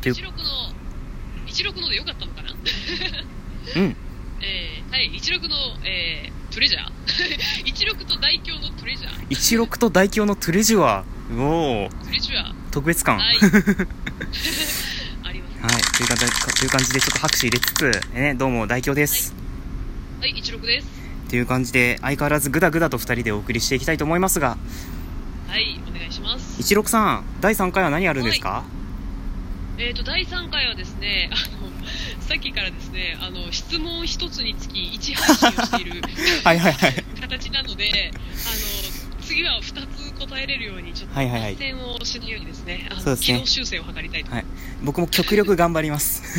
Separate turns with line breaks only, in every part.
ていう
16の16のでよかったのかな
うん
えー、はい16の、えー、トレジャー 16と大凶のトレジャー
16と大凶のトレジュアーおお
トレジャー
特別感
はいあります
はい、という感じという感じでちょっと拍手入れつつ、ね、どうも大京です、
はい16です
という感じで相変わらずグダグダと2人でお送りしていきたいと思いますが
はいお願いします
一六さん第3回は何やるんですか、
えっ、ー、と第3回はですねあのさっきからですねあの質問一つにつき1配信をしている
はい、はいはいはい
形なのであの次は2つ答えれるようにちょっと
はいはいはい
脱線をしないようにですねあの
そうですね
軌道修正を図りたいと思います
僕も極力頑張ります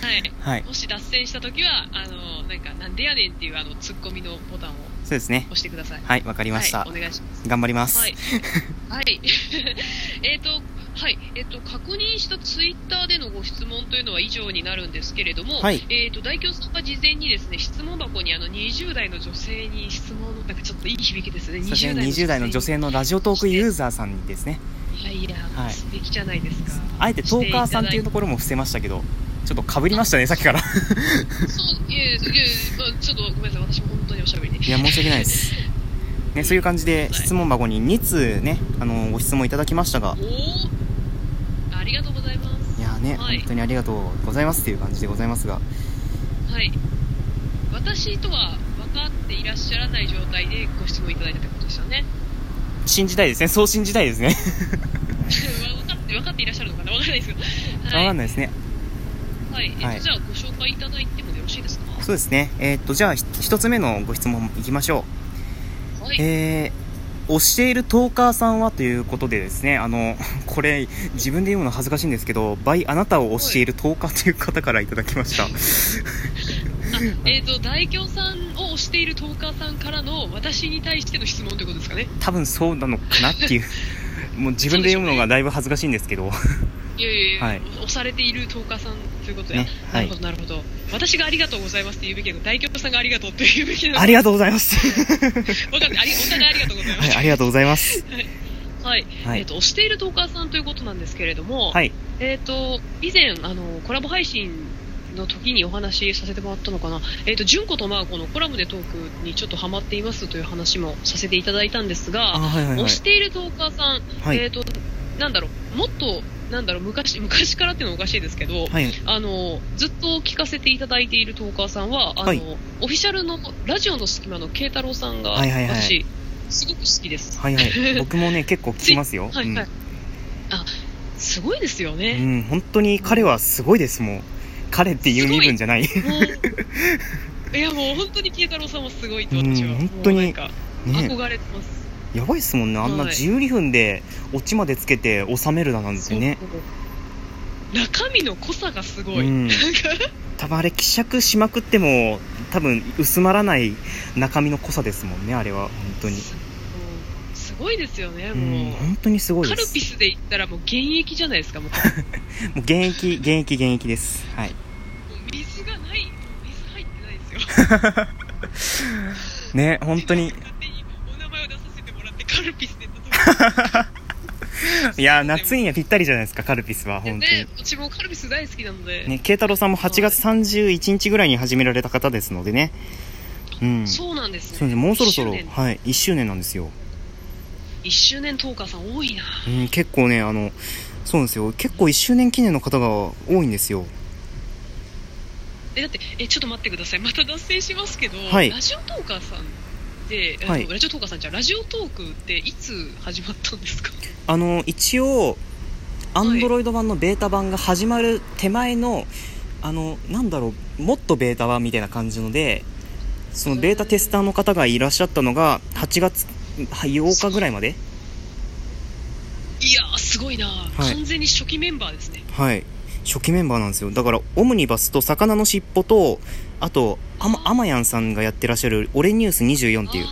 はい
はい
もし脱線したときは、あの、なんか、なんでやねんっていう、あの、ツッコミのボタンを
そうですね
押してください。
はいわかりました、
はい、お願いします。
頑張ります、
はい。はい。 えっと、はい。えっ、と、確認したツイッターでのご質問というのは以上になるんですけれども、
はい
えっと、大京さんが事前にですね、質問箱にあの、20代の女性に質問の、なんかちょっといい響きですね。
そうですね20代の女性のラジオトークユーザーさんにですね
いやいや、
はい
素敵じゃないですか。
あえてトーカーさんっていうところも伏せましたけどちょっとかぶりましたねさっきからい
そう、いやいや、いやいやまあちょっとごめんなさい。私も本当におしゃべりで。
や申し訳ないですね、そういう感じで質問箱に2通ね、あのご質問いただきましたが
おおありがとうございます
いやーね、
はい
本当にありがとうございますっていう感じでございますが
はい私とは分かっていらっしゃらない状態でご質問いただいたってことですよ ね
信じたいですねそう信じたいですね
分かって分かっていらっしゃるのかな分かんないですけど
わ
はい、
かんないですね
はいえっと
はい
じゃあご紹介いただいてもよろしいですか
そうですねえーっとじゃあひ一つ目のご質問いきましょ
は
う
い
えー、推しているトーカーさんはということでですねあのこれ自分で言うの恥ずかしいんですけど倍あなたを推しているトーカーという方からいただきました
あえっ、と大京さんを推しているトーカーさんからの私に対しての質問ということですかね
多分そうなのかなっていうもう自分で読むのがだいぶ恥ずかしいんですけど
いやいやいや、
はい
押されているトーカーさんということや、
ねはい
なるほどなるほど私がありがとうございますって言うべきなの大京さんがありがとうって言うべきなの
ありがとうございます
わかんないありお互いありがとうございま
はい
す。
ありがとうございます
はい。
はい
えっ、と、推しているトーカーさんということなんですけれども、
はい
えっ、と、以前、あの、コラボ配信の時にお話しさせてもらったのかな、えっ、と、純子とマーコのコラムでトークにちょっとハマっていますという話もさせていただいたんです
あ
が、
はいはいは
推
い
しているトーカーさん、
はい
えっ、と、なんだろう、もっと、なんだろう、昔、 昔からっていうのはおかしいですけど、
はい
あのずっと聞かせていただいているトーカーさんはあの、
はい
オフィシャルのラジオの隙間の慶太郎さんが、
はいはいはい
私すごく好きです、
はいはい僕もね結構聞きますよ、
はいはいあすごいですよ
うん、
ね、
うん本当に彼はすごいですもう彼っていう身分じゃない
もういやもう本当に慶太郎さんはすごいと
うん
私は、
本当に
もうなんか
ね
憧れてます、
やばいっすもんねあんな
はい
12分でオチまでつけて収めるだなんてね
そう中身の濃さがすごい、
う
なん
ん
か
多分あれ希釈しまくっても多分薄まらない中身の濃さですもんねあれは本当に
すうんすごいですよね
う
も
ん
う、
本当にすごい
カ
で
ル
す
ピスで言ったらもう現役じゃないですかもう
もう現役現役現役ですはい
水がない水入ってないですよ
ね本当に
勝手にお名前を出させてもらってカルピスで例
いや夏にはぴったりじゃないですかカルピスは
えて
本当
ねうちもカルピス大好きなので、
にね慶太郎さんも8月31日ぐらいに始められた方ですのでねうん
そうなんですね
そうですねもうそろそろ
1周年
はい1周年なんですよ
1周年トーカーさん多いな
うん、結構ねあのそうなんですよ結構1周年記念の方が多いんですよ
えだってえちょっと待ってくださいまた脱線しますけど、
はい
ラジオトーカーさんで、あの
はい
ラジオトーカーさんじゃラジオトークっていつ始まったんですか
あの一応ア
い
ンドロイド版のベータ版が始まる手前のあのなんだろうもっとベータ版みたいな感じのでそのベータテスターの方がいらっしゃったのが8月8日ぐらいまで
いやーすごいな、
い
完全に初期メンバーですね
はい初期メンバーなんですよだからオムニバスと魚のしっぽとあとあまあまやんさんがやってらっしゃる「俺ニュース24」っていう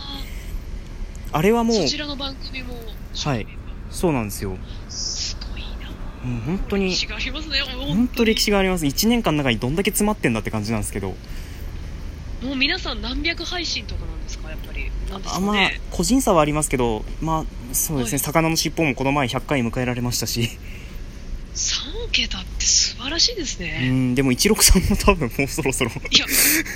あ
あれは
ー
もう
そちらの番組も初期メンバー、
そうなんですよも
すごいな
う本当に
歴史がありますね
本当歴史があります1年間の中にどんだけ詰まってんだって感じなんですけど
もう皆さん何百配信とかなんですかやっぱりなんです
あ
か
まあ
ね
個人差はありますけどまあそうですね、
はい
魚の尻尾もこの前100回迎えられましたし
3 3桁って素晴らしいです
う
ね、
んでも一六さんも多分もうそろそろ
いや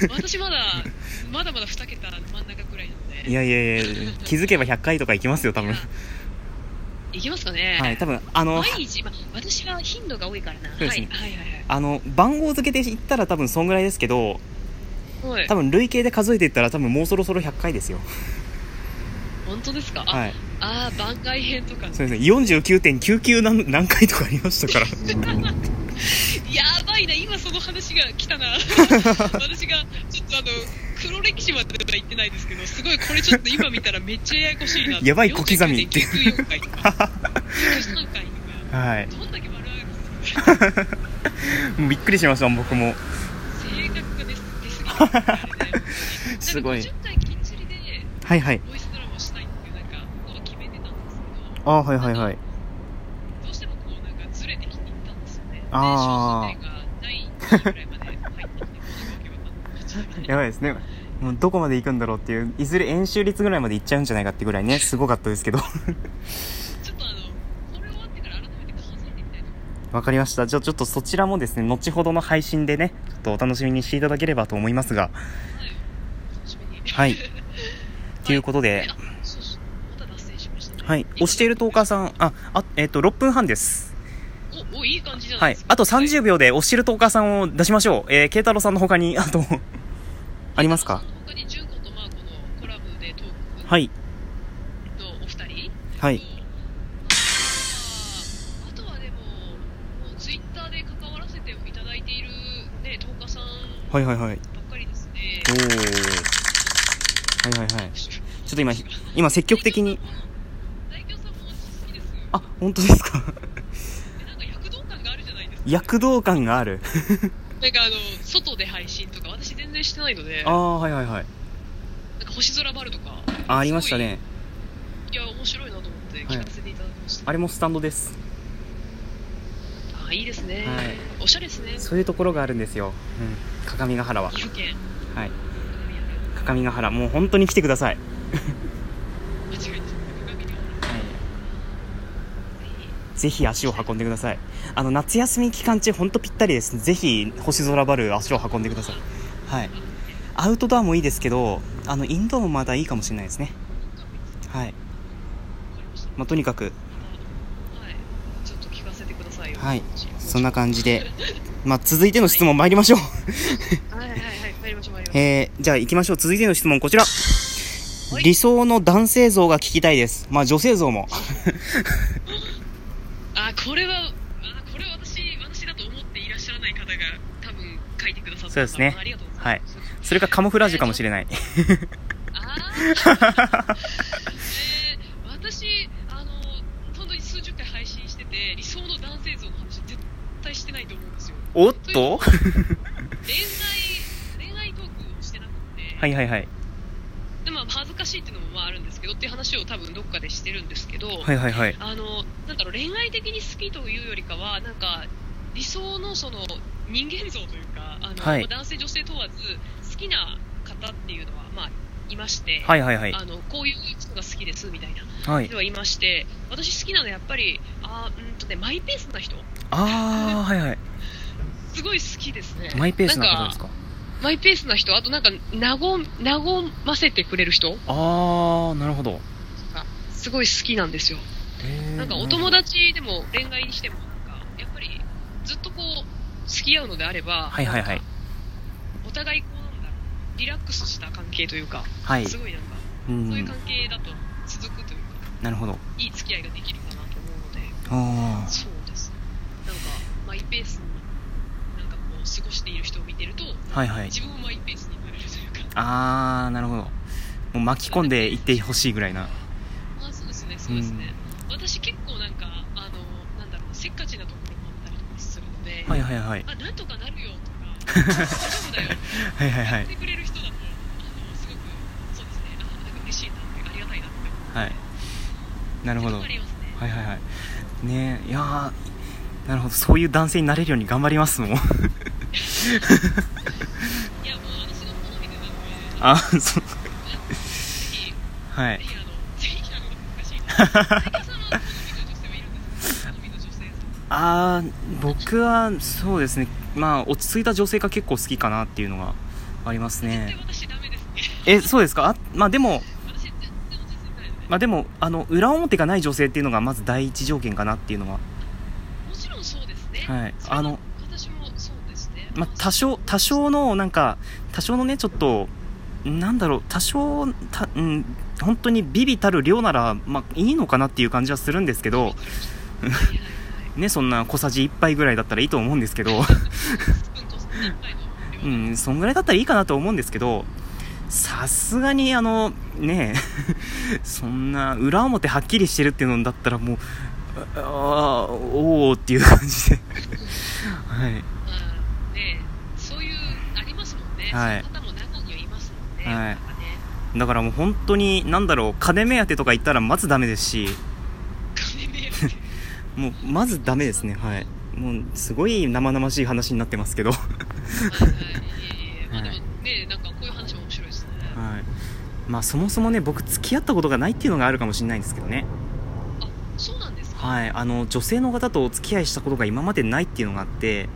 私まだまだまだ2桁真ん中ぐらいなので
いやいやいや気づけば100回とかいきますよ多分
いきますかね、
はい多分あの
毎日、まあ、私は頻度が多いからな、
そうで
は
すね
いはいはい
あの番号付けで言ったら多分そんぐらいですけど
はい
多
はい
分累計で数えていったら多分もうそろそろ100回ですよ
本当ですか、あ
はい
あー番外編とかね
そうですね49.99何何回とかありましたから
やばいな、今その話が来た な、私がちょっとあの黒歴史までは言ってないですけど、すごいこれちょっと今見たらめっちゃややこしいなって、
やばい小刻み
49.9 4回とか、43回 と
はい
か、どんだけ悪いですか、
もうびっくりしました僕も
性格が出す出すぎて、あれね
すごい
なんか50回きっちりで、
はいはい
ボイスドラマをしたいっていう、なんか、ことを決めてたんですけど、
ああはいはいはい
どうしてもこう、なんかずれてきていったんですよね。で
あー
少数点がない ぐらいまで入ってきて、もうなんかわけわかんなくなっちゃって
やばいですねもうどこまで行くんだろうっていういずれ演習率ぐらいまで行っちゃうんじゃないかってぐらいねすごかったですけど
ちょっとあの、これ終わってから改めて気づいてみたいと思いま
わかりましたじゃあちょっとそちらもですね後ほどの配信でねちょっとお楽しみにしていただければと思いますが
す。はい。お楽しみに。
はい という
こ
ことで
あ、そうそう。また脱線しましたね。
はい押しているとお母さんああえっ、と6分半です
お、お、いい感じじゃな
はいい
ですか。
あと30秒で押しているとお母さんを出しましょうえー慶太郎さんの他にあと ありますか
他に純子とマーコのコラボでトークの
はい
お二人
は。
はいあとはでも、もうツイッターで関わらせていただいているね、トーカさんば
はいはいはい
っかりですね。
おーはいはいはい
ちょ
ちょっと今今積極的に。
大京さんも好きです。
あ本当です か
でなんか躍動感があるじゃないですか。
躍動感がある
なんかあの外で配信とか私全然してないので
ああはいはいはい
なんか星空バルとか
あありましたね
すごいいや面白いなと思って聞かせていただきました、
あれもスタンドです
あいいですね、
はい
おしゃれですね
そういうところがあるんですよ、うん、各務原は
岐阜県
はい
鏡
各務
や
原もう本当に来てください、
間違えた鏡
ぜひ足を運んでくださいあの夏休み期間中本当ぴったりですぜひ星空バルー足を運んでくださいはいアウトドアもいいですけどあのインドアもまだいいかもしれないですねはい、まあ、とにかく
はいちょっと聞かせてくださいよ
はいそんな感じで、まあ、続いての質問参りましょう
はいはいはい参りましょう参りましょう
えー、じゃあ行きましょう。続いての質問、こちら。
い
理想の男性像が聞きたいです。まあ女性像も。
あこれはあこれは私私だと思っていらっしゃらない方が多分書いてくださった
そうですね
ありがとうござい ます、はい
それかカモフラージュかもしれない。
あーえー私あの本当に数十回配信してて理想の男性像の話絶対してないと思うんですよ
おっと
恋愛恋愛トークをしてなくて、
はいはいはい。
でもまあ恥ずかしいっていうのもまああるんですけどっていう話を多分どっかでしてるんですけど、
はいはいはい。
あのなんだろう恋愛的に好きというよりかはなんか理想のその人間像というかあの、
はい
まあ男性女性問わず好きな方っていうのはまあいまして、
はいはいはい。
あのこういう人が好きですみたいな
はい
人。はいまして、私好きなのはやっぱり、あーうんとね、マイペースな人、
あー、はいはい。
すごい好きですね。
マイペースな方です
んか
か
マイペースな人、あとなんか、なご、なごませてくれる人
あー、なるほど。
が、すごい好きなんですよ。
えー
なんかお友達でも恋愛にしても、なんか、やっぱり、ずっとこう、付き合うのであれば、
はいはいはい
なんか。お互いこう、なんだろう、リラックスした関係というか、
はい。
すごいなんか、
う
そういうん関。係だと続くというか、
なるほど。
いい付き合いができるかなと思うので、
あー。
そうですねなんかマイペースになんかこう過ごしている人を見てると
はいはい。
自分もマイペースになれるというか
あー、なるほど。もう巻き込んでいってほしいぐらいな。
あそうですねそうですね、私結構なんかあのなんだろうせっかちなところもあったりとかするので、
はいはいはい。
あなんとかなるよとか大丈夫だよ
はい はいは
やっ
い。
てくれる人だとあのすごくそうですねあなんか嬉しいなってありがたいなって
はい。なるほど
あ。りますね
はいはいはいねえいやーなるほどそういう男性になれるように頑張りますもん
いやもう私の好みでなので
あそう
ぜひ
は
ぜ
い
ひ あの、ぜひあの、おかしいな。最近その、好みの女性はいるんですか好みの女性さん。
あー僕はそうですねまあ落ち着いた女性が結構好きかなっていうのがあります
絶対
ね
私ダメですね。
えそうですかあまあでも
私絶対落ち着いてないので。
まあでもあの裏表がない女性っていうのがまず第一条件かなっていうのは
もちろんそうですね。
はい
それは
あの
私もそうですね。
まあ多少多少のなんか多少のねちょっとなんだろう多少たうん本当にビビたる量ならまあいいのかなっていう感じはするんですけど
はいはいはい
ねそんな小さじ1杯ぐらいだったらいいと思うんですけど
スプーンとスプーン一杯の
う
量で
ん、そんぐらいだったらいいかなと思うんですけど、さすがに、あの、ね え、そんな、裏表はっきりしてるっていうのだったらもう、ああー、おーっていう感じで。 はい。
まあねそういうありますもんね。
はい
そういう方も中にはいますもんね。
はい
なんかね
だからもう本当に、なんだろう、金目当てとか言ったらまずダメですし、
金目 当て
もう、まずダメですね、はい。もう、すごい生々しい話になってますけど。 は
はいはいまあで
はい
もねなんかこういう話も面白いですね。
い。まあ、そもそもね、僕、付き合ったことがないっていうのがあるかもしれないんですけどね。
あ、そうなんですか。
はい。あの、女性の方とお付き合いしたことが今までないっていうのがあって、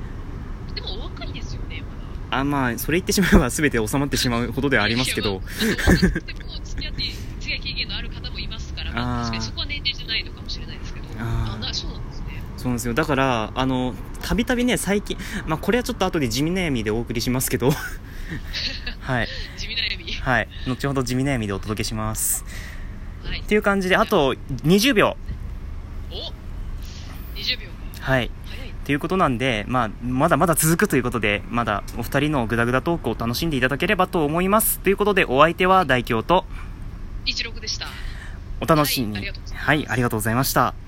でもお若いですよね。まだ
あまあそれ言ってしまえば全て収まってしまうほどではありますけ
い
ど
やまああの若くても付き合って付き合い経験のある方もいま すから、まあ
あー
確かにそこは年齢じゃないのかもしれないですけど。
あー
あ、なそうなんですね。
そうなんですよだからあのたびたびね最近まあこれはちょっと後で地味悩みでお送りしますけ どはい
地味な悩み。
はい後ほど地味悩みでお届けします
はい
っ。ていう感じであと20秒
お20秒か
はい
早い
ということなんで、まあ、まだまだ続くということでまだお二人のグダグダトークを楽しんでいただければと思いますということでお相手は大京と
16でした
お楽しみに
はいありがとうございます
はいありがとうございました